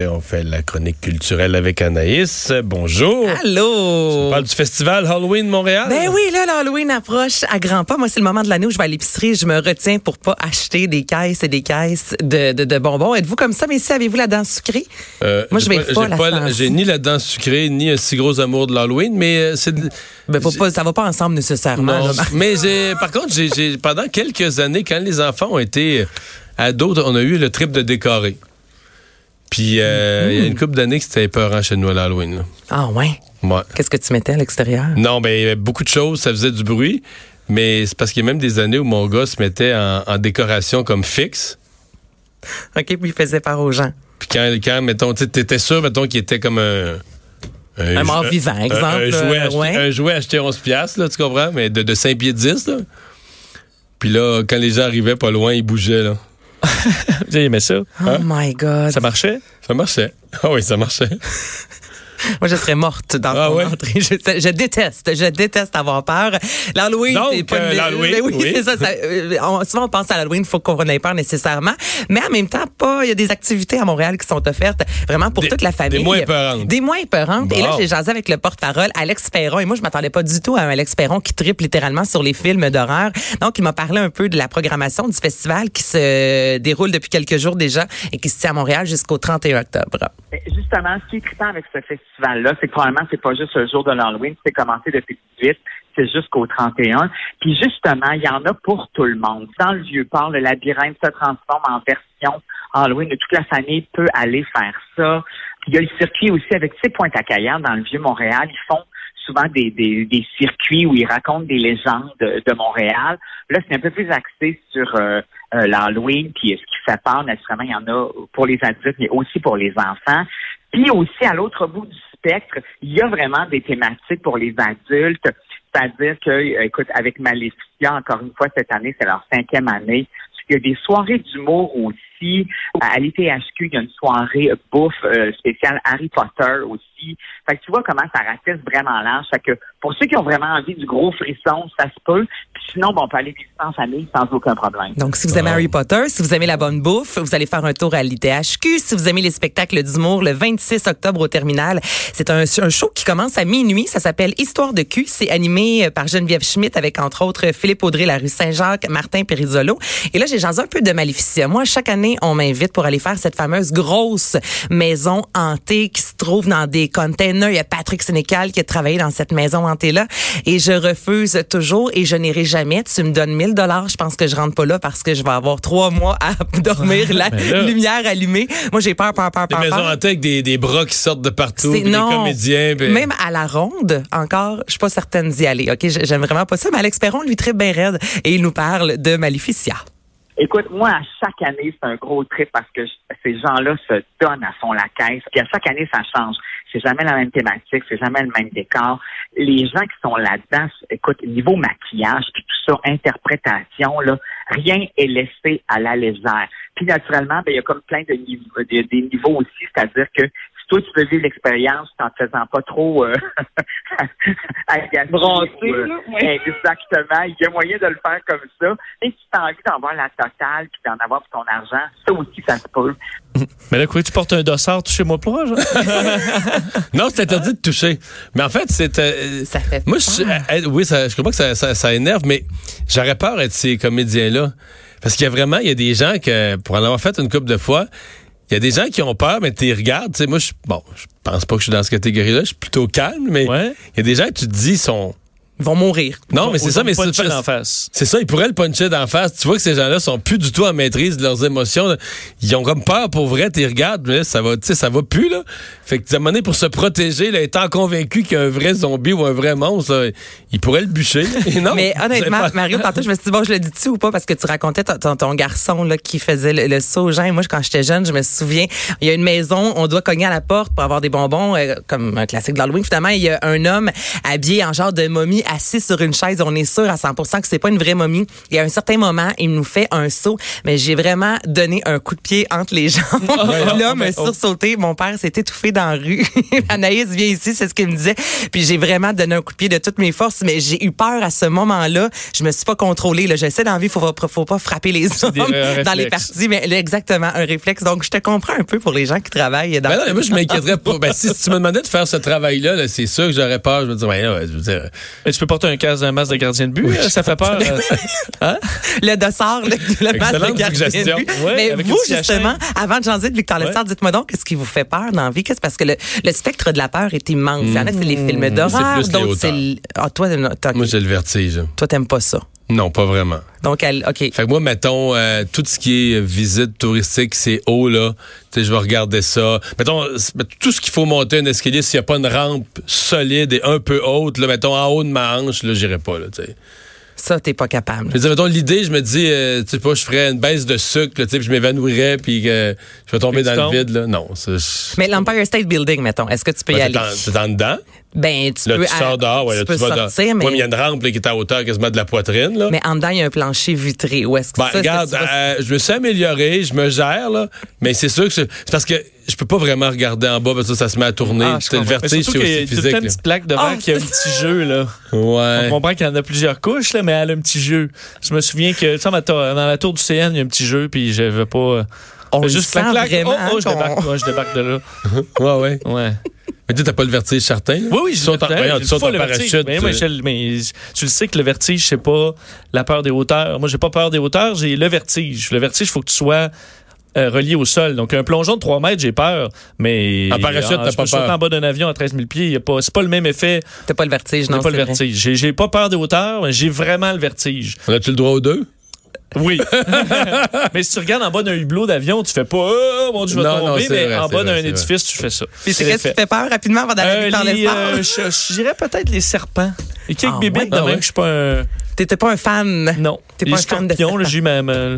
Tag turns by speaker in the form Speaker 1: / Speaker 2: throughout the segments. Speaker 1: Et on fait la chronique culturelle avec Anaïs. Bonjour. On
Speaker 2: Allô?
Speaker 1: parle du festival Halloween Montréal.
Speaker 2: Ben oui, là, l'Halloween approche à grands pas. Moi, c'est le moment de l'année où je vais à l'épicerie. Je me retiens pour pas acheter des caisses et des caisses de, de, de bonbons. Êtes-vous comme ça, messieurs? Avez-vous la dent sucrée?
Speaker 1: Euh,
Speaker 2: Moi, je vais
Speaker 1: j'ai
Speaker 2: être folle
Speaker 1: j'ai
Speaker 2: à
Speaker 1: pas
Speaker 2: ce
Speaker 1: la-
Speaker 2: temps-ci.
Speaker 1: J'ai ni la danse sucrée, ni un si gros amour de l'Halloween, mais euh, c'est... de-
Speaker 2: Ben, faut pas, ça va pas ensemble nécessairement.
Speaker 1: Non,
Speaker 2: là.
Speaker 1: mais j'ai- par contre, j'ai- j'ai- pendant quelques années, quand les enfants ont été euh, ados, on a eu le trip de décorer. Puis euh, il
Speaker 2: Mm-hmm.
Speaker 1: y a une couple d'années que c'était épeurant chez nous à l'Halloween. là.
Speaker 2: Ah ouais?
Speaker 1: Ouais.
Speaker 2: Qu'est-ce que tu mettais à l'extérieur?
Speaker 1: Non, mais il y avait beaucoup de choses, ça faisait du bruit. Mais c'est parce qu'il y a même des années où mon gars se mettait en, en décoration comme fixe.
Speaker 2: OK, puis il faisait part aux gens.
Speaker 1: Puis quand, quand mettons, tu étais sûr, mettons, qu'il était comme un.
Speaker 2: Un mort
Speaker 1: jou-
Speaker 2: vivant,
Speaker 1: un-
Speaker 2: exemple,
Speaker 1: Un, jouet
Speaker 2: euh,
Speaker 1: acheté,
Speaker 2: ouais.
Speaker 1: un jouet acheté 11 piastres, là, tu comprends? Mais de, de 5 pieds 10, là. Puis là, quand les gens arrivaient pas loin, ils bougeaient, là.
Speaker 3: Vous avez aimé ça?
Speaker 2: Oh my God.
Speaker 3: Ça marchait?
Speaker 1: Hein? Ça marchait. Ah oui, ça marchait.
Speaker 2: Moi, je serais morte dans
Speaker 1: Ah
Speaker 2: ton
Speaker 1: ouais?
Speaker 2: entrée. Je, je déteste, je déteste avoir peur. L'Halloween,
Speaker 1: Donc,
Speaker 2: c'est pas
Speaker 1: euh,
Speaker 2: une-
Speaker 1: l'Halloween,
Speaker 2: Ben oui,
Speaker 1: oui.
Speaker 2: c'est ça. ça- euh, on- souvent, on pense à l'Halloween, il faut qu'on ait peur nécessairement. Mais en même temps, pas. Il y a des activités à Montréal qui sont offertes vraiment pour
Speaker 1: Des-
Speaker 2: toute la famille.
Speaker 1: des moins peurantes.
Speaker 2: Des moins peurantes. Et là,
Speaker 1: Bon.
Speaker 2: j'ai jasé avec le porte-parole, Alex Perron. Et moi, je m'attendais pas du tout à un Alex Perron qui tripe littéralement sur les films d'horreur. Donc, il m'a parlé un peu de la programmation du festival qui se déroule depuis quelques jours déjà et qui se tient à Montréal jusqu'au 31 octobre.
Speaker 4: Mais Justement, ce qui est trippant avec ce festival-là, c'est que probablement c'est pas juste le jour de l'Halloween, c'est commencé depuis le 18, c'est jusqu'au 31. Puis justement, il y en a pour tout le monde. Dans le vieux port, le labyrinthe se transforme en version Halloween. Toute la famille peut aller faire ça. Puis il y a le circuit aussi avec ces pointe à Cayenne dans le vieux Montréal. Ils font souvent des, des, des circuits où ils racontent des légendes de, de Montréal. Là, c'est un peu plus axé sur euh, euh, l'Halloween, puis euh, ce qui fait peur, naturellement, il y en a pour les adultes, mais aussi pour les enfants. Puis aussi, à l'autre bout du spectre, il y a vraiment des thématiques pour les adultes. C'est-à-dire que, euh, écoute, avec Maléficia, encore une fois, cette année, c'est leur cinquième année. Il y a des soirées d'humour aussi. À à l'ITHQ, il y a une soirée bouffe euh, spéciale Harry Potter aussi. Fait que tu vois comment ça ratisse vraiment large. Fait que pour ceux qui ont vraiment envie du gros frisson, ça se peut. Puis sinon, bon, on peut aller visiter en famille sans aucun problème.
Speaker 2: Donc, si vous aimez
Speaker 1: Ah.
Speaker 2: Harry Potter, si vous aimez la bonne bouffe, vous allez faire un tour à l'ITHQ. Si vous aimez les spectacles d'humour, le 26 octobre au Terminal, c'est un, un show qui commence à minuit. Ça s'appelle Histoire de cul. C'est animé euh, par Geneviève Schmidt avec, entre autres, Philippe Audrey, la rue Saint-Jacques, Martin Perizzolo. Et là, j'ai jasé un peu de Maleficia. Moi, chaque année, on m'invite pour aller faire cette fameuse grosse maison hantée qui se trouve dans des containers. Il y a Patrick Sénécal qui a travaillé dans cette maison hantée-là. Et je refuse toujours et je n'irai jamais. Tu me donnes 1000 dollars, je pense que je rentre pas là parce que je vais avoir trois mois à dormir la
Speaker 1: mais ben là-
Speaker 2: lumière allumée. Moi, j'ai peur, peur, peur,
Speaker 1: Des
Speaker 2: peur.
Speaker 1: maisons
Speaker 2: peur.
Speaker 1: hantées avec des, des bras qui sortent de partout,
Speaker 2: C'est-
Speaker 1: puis des comédiens. puis-
Speaker 2: Même à la ronde, encore, je suis pas certaine d'y aller. OK, J- j'aime vraiment pas ça, mais Alex Perron, lui, très bien raide et il nous parle de Maleficia.
Speaker 4: Écoute, moi, à chaque année, c'est un gros trip parce que je- ces gens-là se donnent à fond la caisse. Puis à chaque année, ça change. C'est jamais la même thématique, c'est jamais le même décor. Les gens qui sont là-dedans, écoute, niveau maquillage, puis tout ça, interprétation, là, rien est laissé à la légère. Puis naturellement, ben, il y a comme plein de niveaux, des, des niveaux aussi, c'est-à-dire que si toi, tu veux vivre l'expérience en te faisant pas trop euh, agacer, ou, euh, Exactement. Il y a moyen de le faire comme ça. Et si t'as envie d'en voir la totale puis d'en avoir pour ton argent, ça aussi, ça se peut.
Speaker 3: Mais là, quoi, tu portes un dossard, tu chez moi pour genre?
Speaker 1: Non, c'est interdit de toucher. Mais en fait, c'est. euh,
Speaker 2: Ça fait
Speaker 1: Moi, je,
Speaker 2: peur.
Speaker 1: euh, euh, oui, ça, je comprends que ça, ça, ça énerve, mais j'aurais peur d'être ces comédiens-là. Parce qu'il y a vraiment, il y a des gens que, pour en avoir fait une couple de fois, il y a des gens qui ont peur, mais tu les regardes. Tu sais, moi, je, bon, je pense pas que je suis dans cette catégorie-là. Je suis plutôt calme, mais il
Speaker 3: Ouais.
Speaker 1: y a des gens que tu te dis sont.
Speaker 2: Ils vont mourir.
Speaker 1: Non, mais c'est ça, mais c'est
Speaker 3: c'est en
Speaker 1: c'est-
Speaker 3: face.
Speaker 1: c'est ça, ils pourraient le puncher d'en face. Tu vois que ces gens-là sont plus du tout en maîtrise de leurs émotions. là. Ils ont comme peur pour vrai, t'y regardes, mais là, ça va, tu sais, ça va plus, là. Fait que, à un moment donné, pour se protéger, là, étant convaincu qu'il y a un vrai zombie ou un vrai monstre, là, ils pourraient le bûcher. Et non,
Speaker 2: Mais
Speaker 1: vous avez
Speaker 2: honnêtement,
Speaker 1: pas-
Speaker 2: Mario, tantôt, je me suis dit, bon, je le dis-tu ou pas? Parce que tu racontais ton, ton- ton garçon là, qui faisait le, le saut aux gens. Et Moi, quand j'étais jeune, je me souviens, il y a une maison, on doit cogner à la porte pour avoir des bonbons, euh, comme un classique de l'Halloween. Finalement, il y a un homme habillé en genre de momie assis sur une chaise. On est sûr à 100 que c'est pas une vraie momie. Et à un certain moment, il nous fait un saut, mais j'ai vraiment donné un coup de pied entre les jambes. L'homme a sursauté. Mon père s'est étouffé dans la rue. Anaïs vient ici, c'est ce qu'il me disait. Puis j'ai vraiment donné un coup de pied de toutes mes forces, mais j'ai eu peur à ce moment-là. Je me suis pas contrôlée. Là. J'essaie d'envie, il faut, pas- faut pas frapper les hommes
Speaker 3: des- un
Speaker 2: dans les
Speaker 3: réflexe.
Speaker 2: parties. Mais là, exactement, un réflexe. Donc, je te comprends un peu pour les gens qui travaillent dans
Speaker 1: Ben non, mais moi, je m'inquiéterais pas. Ben, si tu me demandais de faire ce travail-là, là, c'est sûr que j'aurais peur. Je me dirais, ben, là, je veux dire,
Speaker 3: Mais tu peux porter un casque d'un masque de gardien de but, euh, ça fait peur. euh, hein?
Speaker 2: le dossard, le, le masque
Speaker 3: Excellente
Speaker 2: de gardien de
Speaker 3: suggestion.
Speaker 2: but.
Speaker 3: Ouais,
Speaker 2: Mais
Speaker 3: avec
Speaker 2: vous,
Speaker 3: une petite
Speaker 2: justement, avant de changer de Victor Lessard, dites-moi donc, qu'est-ce qui vous fait peur dans la vie? Qu'est-ce parce que le, le spectre de la peur est immense. Il y en a que c'est les films d'horreur,
Speaker 1: Hmm. plus les
Speaker 2: d'autres c'est...
Speaker 1: hauteurs.
Speaker 2: le- Ah, toi, non, t'as-
Speaker 1: moi, j'ai le vertige.
Speaker 2: toi, t'aimes pas ça.
Speaker 1: Non, pas vraiment.
Speaker 2: Donc, elle, OK.
Speaker 1: Fait que moi, mettons, euh, tout ce qui est euh, visite touristique, c'est haut, là. Tu sais, je vais regarder ça. Mettons, c'est- mais tout ce qu'il faut monter un escalier, s'il n'y a pas une rampe solide et un peu haute, là, mettons, en haut de ma hanche, là, j'irai pas, là, tu sais.
Speaker 2: Ça, t'es pas capable.
Speaker 1: Je veux dire, mettons, l'idée, je me dis, euh, tu sais pas, je ferais une baisse de sucre, là, tu sais, puis je m'évanouirais, puis que je vais tomber
Speaker 3: Puis tu
Speaker 1: dans le
Speaker 3: tombes.
Speaker 1: vide, là. Non, ça, je-
Speaker 2: Mais l'Empire State Building, mettons, est-ce que tu peux y
Speaker 1: Ben,
Speaker 2: aller?
Speaker 1: t'es en- t'es en dedans.
Speaker 2: Ben, tu
Speaker 1: Là,
Speaker 2: peux
Speaker 1: tu
Speaker 2: à-
Speaker 1: sors dehors. Ouais,
Speaker 2: tu
Speaker 1: là,
Speaker 2: peux
Speaker 1: tu vas
Speaker 2: sortir,
Speaker 1: dans-
Speaker 2: mais,
Speaker 1: Ouais, mais il y a une rampe là, qui est à hauteur quasiment de la poitrine. Là.
Speaker 2: mais en dedans, il y a un plancher vitré. Ou est-ce que
Speaker 1: Ben,
Speaker 2: ça, c'est-
Speaker 1: regarde,
Speaker 2: tu vas-
Speaker 1: euh, je me suis amélioré, je me gère, là, mais c'est sûr que c'est c'est parce que je peux pas vraiment regarder en bas parce que ça se met à tourner.
Speaker 2: Ah, je
Speaker 1: C'est le
Speaker 2: comprends.
Speaker 1: vertige, c'est
Speaker 3: surtout qu'il y a
Speaker 1: aussi
Speaker 3: tout le
Speaker 1: physique.
Speaker 3: temps une petite plaque devant
Speaker 2: Ah,
Speaker 3: qui a un petit jeu, là.
Speaker 1: là. Ouais.
Speaker 3: On comprend qu'il y en a plusieurs couches, là, mais elle a un petit jeu. Je me souviens que, tu sais, ma tour- dans la tour du CN, il y a un petit jeu, puis je veux pas. euh,
Speaker 2: On le
Speaker 3: juste
Speaker 2: sent
Speaker 3: clac, clac,
Speaker 2: vraiment,
Speaker 3: oh, oh, je
Speaker 2: hein,
Speaker 3: débarque,
Speaker 2: qu'on-
Speaker 3: ouais, je débarque de là.
Speaker 1: Ouais, ouais.
Speaker 3: Ouais.
Speaker 1: Mais tu sais, t'as pas le vertige certain. là?
Speaker 3: Oui, oui,
Speaker 1: Tu
Speaker 3: je
Speaker 1: sautes en- voyons, tu sautes en parachute.
Speaker 3: Mais, moi,
Speaker 1: tu-
Speaker 3: Michel, mais tu le sais que le vertige, c'est pas la peur des hauteurs. Moi, j'ai pas peur des hauteurs, j'ai le vertige. Le vertige, il faut que tu sois euh, relié au sol. Donc, un plongeon de 3 mètres, j'ai peur. Mais.
Speaker 1: En parachute,
Speaker 3: Ah,
Speaker 1: t'as
Speaker 3: je
Speaker 1: pas
Speaker 3: peux sauter
Speaker 1: peur.
Speaker 3: en bas d'un avion à 13 000 pieds, y a pas- c'est pas le même effet.
Speaker 1: euh,
Speaker 2: T'as pas le vertige,
Speaker 3: J'ai
Speaker 2: non?
Speaker 3: pas le
Speaker 2: c'est vrai.
Speaker 3: vertige. J'ai- J'ai pas peur des hauteurs, mais j'ai vraiment le vertige.
Speaker 1: On a-tu le droit aux deux?
Speaker 3: Oui. mais si tu regardes en bas d'un hublot d'avion, tu fais pas, oh mon dieu, je vais
Speaker 1: Non, non,
Speaker 3: tomber,
Speaker 1: c'est
Speaker 3: mais
Speaker 1: vrai,
Speaker 3: en
Speaker 1: c'est
Speaker 3: bas
Speaker 1: vrai,
Speaker 3: d'un
Speaker 1: c'est vrai.
Speaker 3: édifice, tu fais ça.
Speaker 2: Puis c'est
Speaker 3: C'est
Speaker 2: qu'est-ce qui
Speaker 3: fait.
Speaker 2: te fait peur rapidement avant d'aller
Speaker 3: Euh,
Speaker 2: Victor
Speaker 3: les,
Speaker 2: Lessard?
Speaker 3: euh, je, je dirais peut-être les serpents. Les quelques
Speaker 2: Ah,
Speaker 3: bébites,
Speaker 2: ouais?
Speaker 3: de
Speaker 1: Ah,
Speaker 3: même
Speaker 1: ouais.
Speaker 3: que je suis pas un.
Speaker 2: T'étais pas un fan.
Speaker 3: Non.
Speaker 2: T'es
Speaker 3: les
Speaker 2: pas un fan de
Speaker 3: scorpions, là, j'ai eu ma, ma-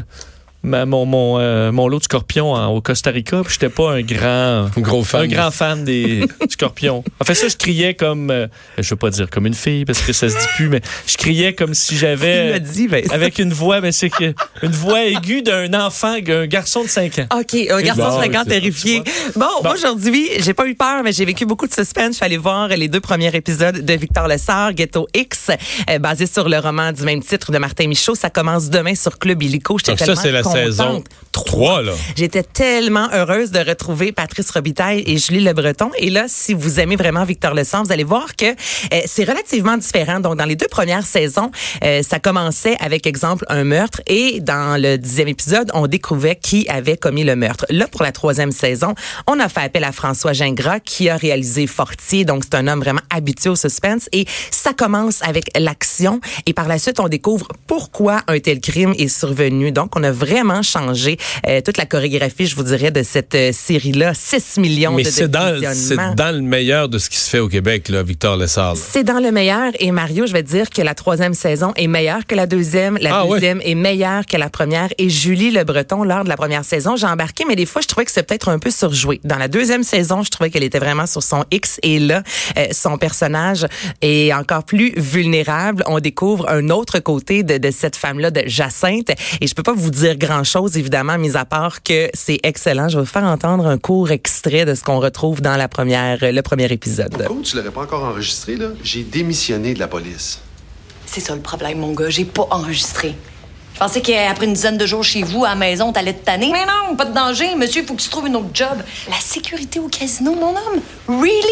Speaker 3: ma- mon, mon, euh, mon lot de scorpions en- au Costa Rica, puis j'étais pas un grand.
Speaker 1: Un gros fan.
Speaker 3: Un grand fan des scorpions. En fait, ça, je criais comme. euh, je veux pas dire comme une fille, parce que ça se dit plus, mais je criais comme si
Speaker 2: Il
Speaker 3: j'avais.
Speaker 2: l'a dit, ben, ça-
Speaker 3: Avec une voix, mais c'est que. Une voix aiguë d'un enfant, d'un garçon de 5 ans.
Speaker 2: OK, un garçon
Speaker 1: Hein. Bon,
Speaker 2: de 50
Speaker 1: c'est ça,
Speaker 2: terrifié. Bon, moi, aujourd'hui, j'ai pas eu peur, mais j'ai vécu beaucoup de suspense. Je suis allée voir les deux premiers épisodes de Victor Lessard, Ghetto X, euh, basé sur le roman du même titre de Martin Michaud. Ça commence demain sur Club Illico. J'étais
Speaker 1: Donc, ça,
Speaker 2: tellement
Speaker 1: c'est la
Speaker 2: contente.
Speaker 1: saison 3, là.
Speaker 2: J'étais tellement heureuse de retrouver Patrice Robitaille et Julie Le Breton. Et là, si vous aimez vraiment Victor Lessard, vous allez voir que euh, c'est relativement différent. Donc, dans les deux premières saisons, euh, ça commençait avec, exemple, un meurtre. Et dans le dixième épisode, on découvrait qui avait commis le meurtre. Là, pour la troisième saison, on a fait appel à François Gingras, qui a réalisé Fortier. Donc, c'est un homme vraiment habitué au suspense. Et ça commence avec l'action. Et par la suite, on découvre pourquoi un tel crime est survenu. Donc, on a vraiment changé euh, toute la chorégraphie, je vous dirais, de cette euh, série-là. 6 millions
Speaker 1: Mais
Speaker 2: de
Speaker 1: c'est dans, c'est
Speaker 2: visionnements.
Speaker 1: dans le meilleur de ce qui se fait au Québec, là, Victor Lessard. là.
Speaker 2: C'est dans le meilleur. Et Mario, je vais te dire que la troisième saison est meilleure que la deuxième. La
Speaker 1: Ah ouais.
Speaker 2: deuxième est meilleure que la première. Et Julie Le Breton, lors de la première saison, j'ai embarqué, mais des fois, je trouvais que c'était peut-être un peu surjoué. Dans la deuxième saison, je trouvais qu'elle était vraiment sur son X. Et là, euh, son personnage est encore plus vulnérable. On découvre un autre côté de, de cette femme-là, de Jacinthe. Et je peux pas vous dire grand-chose, évidemment, mis à part que c'est excellent. Je vais vous faire entendre un court extrait de ce qu'on retrouve dans la première, le premier épisode.
Speaker 5: Coach, tu l'aurais pas encore enregistré, là? J'ai démissionné de la police.
Speaker 6: C'est ça le problème, mon gars. J'ai pas enregistré. Je pensais qu'après une dizaine de jours chez vous, à la maison, t'allais te tanner. Mais non, pas de danger. Monsieur, il faut que tu trouves une autre job. La sécurité au casino, mon homme? Really?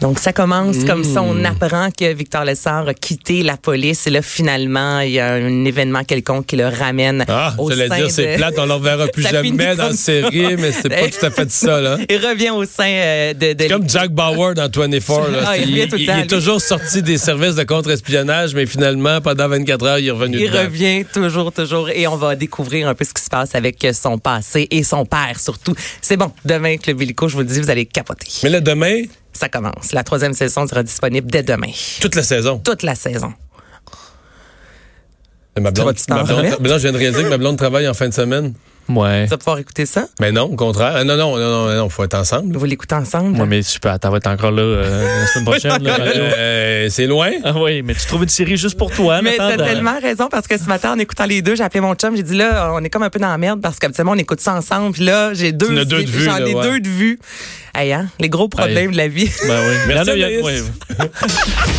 Speaker 2: Donc, ça commence comme ça.
Speaker 1: Mmh.
Speaker 2: On apprend que Victor Lessard a quitté la police. Et là, finalement, il y a un événement quelconque qui le ramène
Speaker 1: Ah,
Speaker 2: au
Speaker 1: j'allais
Speaker 2: sein
Speaker 1: dire, c'est
Speaker 2: de-
Speaker 1: plate, on ne le reverra plus
Speaker 2: Ça Ben finit
Speaker 1: jamais dans
Speaker 2: comme
Speaker 1: la série, mais c'est pas tout à fait ça, là.
Speaker 2: Il revient au sein euh, de... de
Speaker 1: C'est comme Jack Bauer dans 24. Là.
Speaker 2: Ah, il
Speaker 1: il,
Speaker 2: revient tout le
Speaker 1: il-
Speaker 2: temps,
Speaker 1: il
Speaker 2: lui.
Speaker 1: est toujours sorti des services de contre-espionnage, mais finalement, pendant 24 heures, il est revenu
Speaker 2: Il
Speaker 1: dedans.
Speaker 2: revient toujours, toujours. Et on va découvrir un peu ce qui se passe avec euh, son passé et son père, surtout. C'est bon. Demain, Club Illico, je vous le dis, vous allez capoter.
Speaker 1: Mais là, demain,
Speaker 2: Ça commence. La troisième saison sera disponible dès demain.
Speaker 1: toute la saison.
Speaker 2: Toute la saison.
Speaker 1: Ma blonde,
Speaker 2: vas-tu t'en
Speaker 1: ma blonde-
Speaker 2: remettre?
Speaker 1: mais non, je viens de réaliser que ma blonde travaille en fin de semaine.
Speaker 3: Ouais.
Speaker 2: Tu vas pouvoir écouter ça.
Speaker 1: Mais non, au contraire. Ah, Non, non, non, non, non, faut être ensemble.
Speaker 2: Vous l'écoutez ensemble.
Speaker 3: Ouais, mais super, t'en vas être encore là euh, la semaine
Speaker 2: Ah,
Speaker 3: prochaine. là, radio.
Speaker 1: Euh, c'est loin.
Speaker 3: Ah oui, mais tu trouves une série juste pour toi. en
Speaker 2: Mais t'as
Speaker 3: attendant.
Speaker 2: tellement raison parce que ce matin, en écoutant les deux, j'ai appelé mon chum, j'ai dit là, on est comme un peu dans la merde parce qu'habituellement, on écoute ça ensemble. Puis là, j'ai deux,
Speaker 1: en as deux de vues,
Speaker 2: j'en
Speaker 1: là,
Speaker 2: ai
Speaker 1: ouais.
Speaker 2: deux de vues. Hey, hein, les gros problèmes
Speaker 3: Hey.
Speaker 2: de la vie.
Speaker 3: Ben oui. Mais
Speaker 1: Merci,
Speaker 3: là, il y a-
Speaker 1: Anaïs.
Speaker 3: ouais.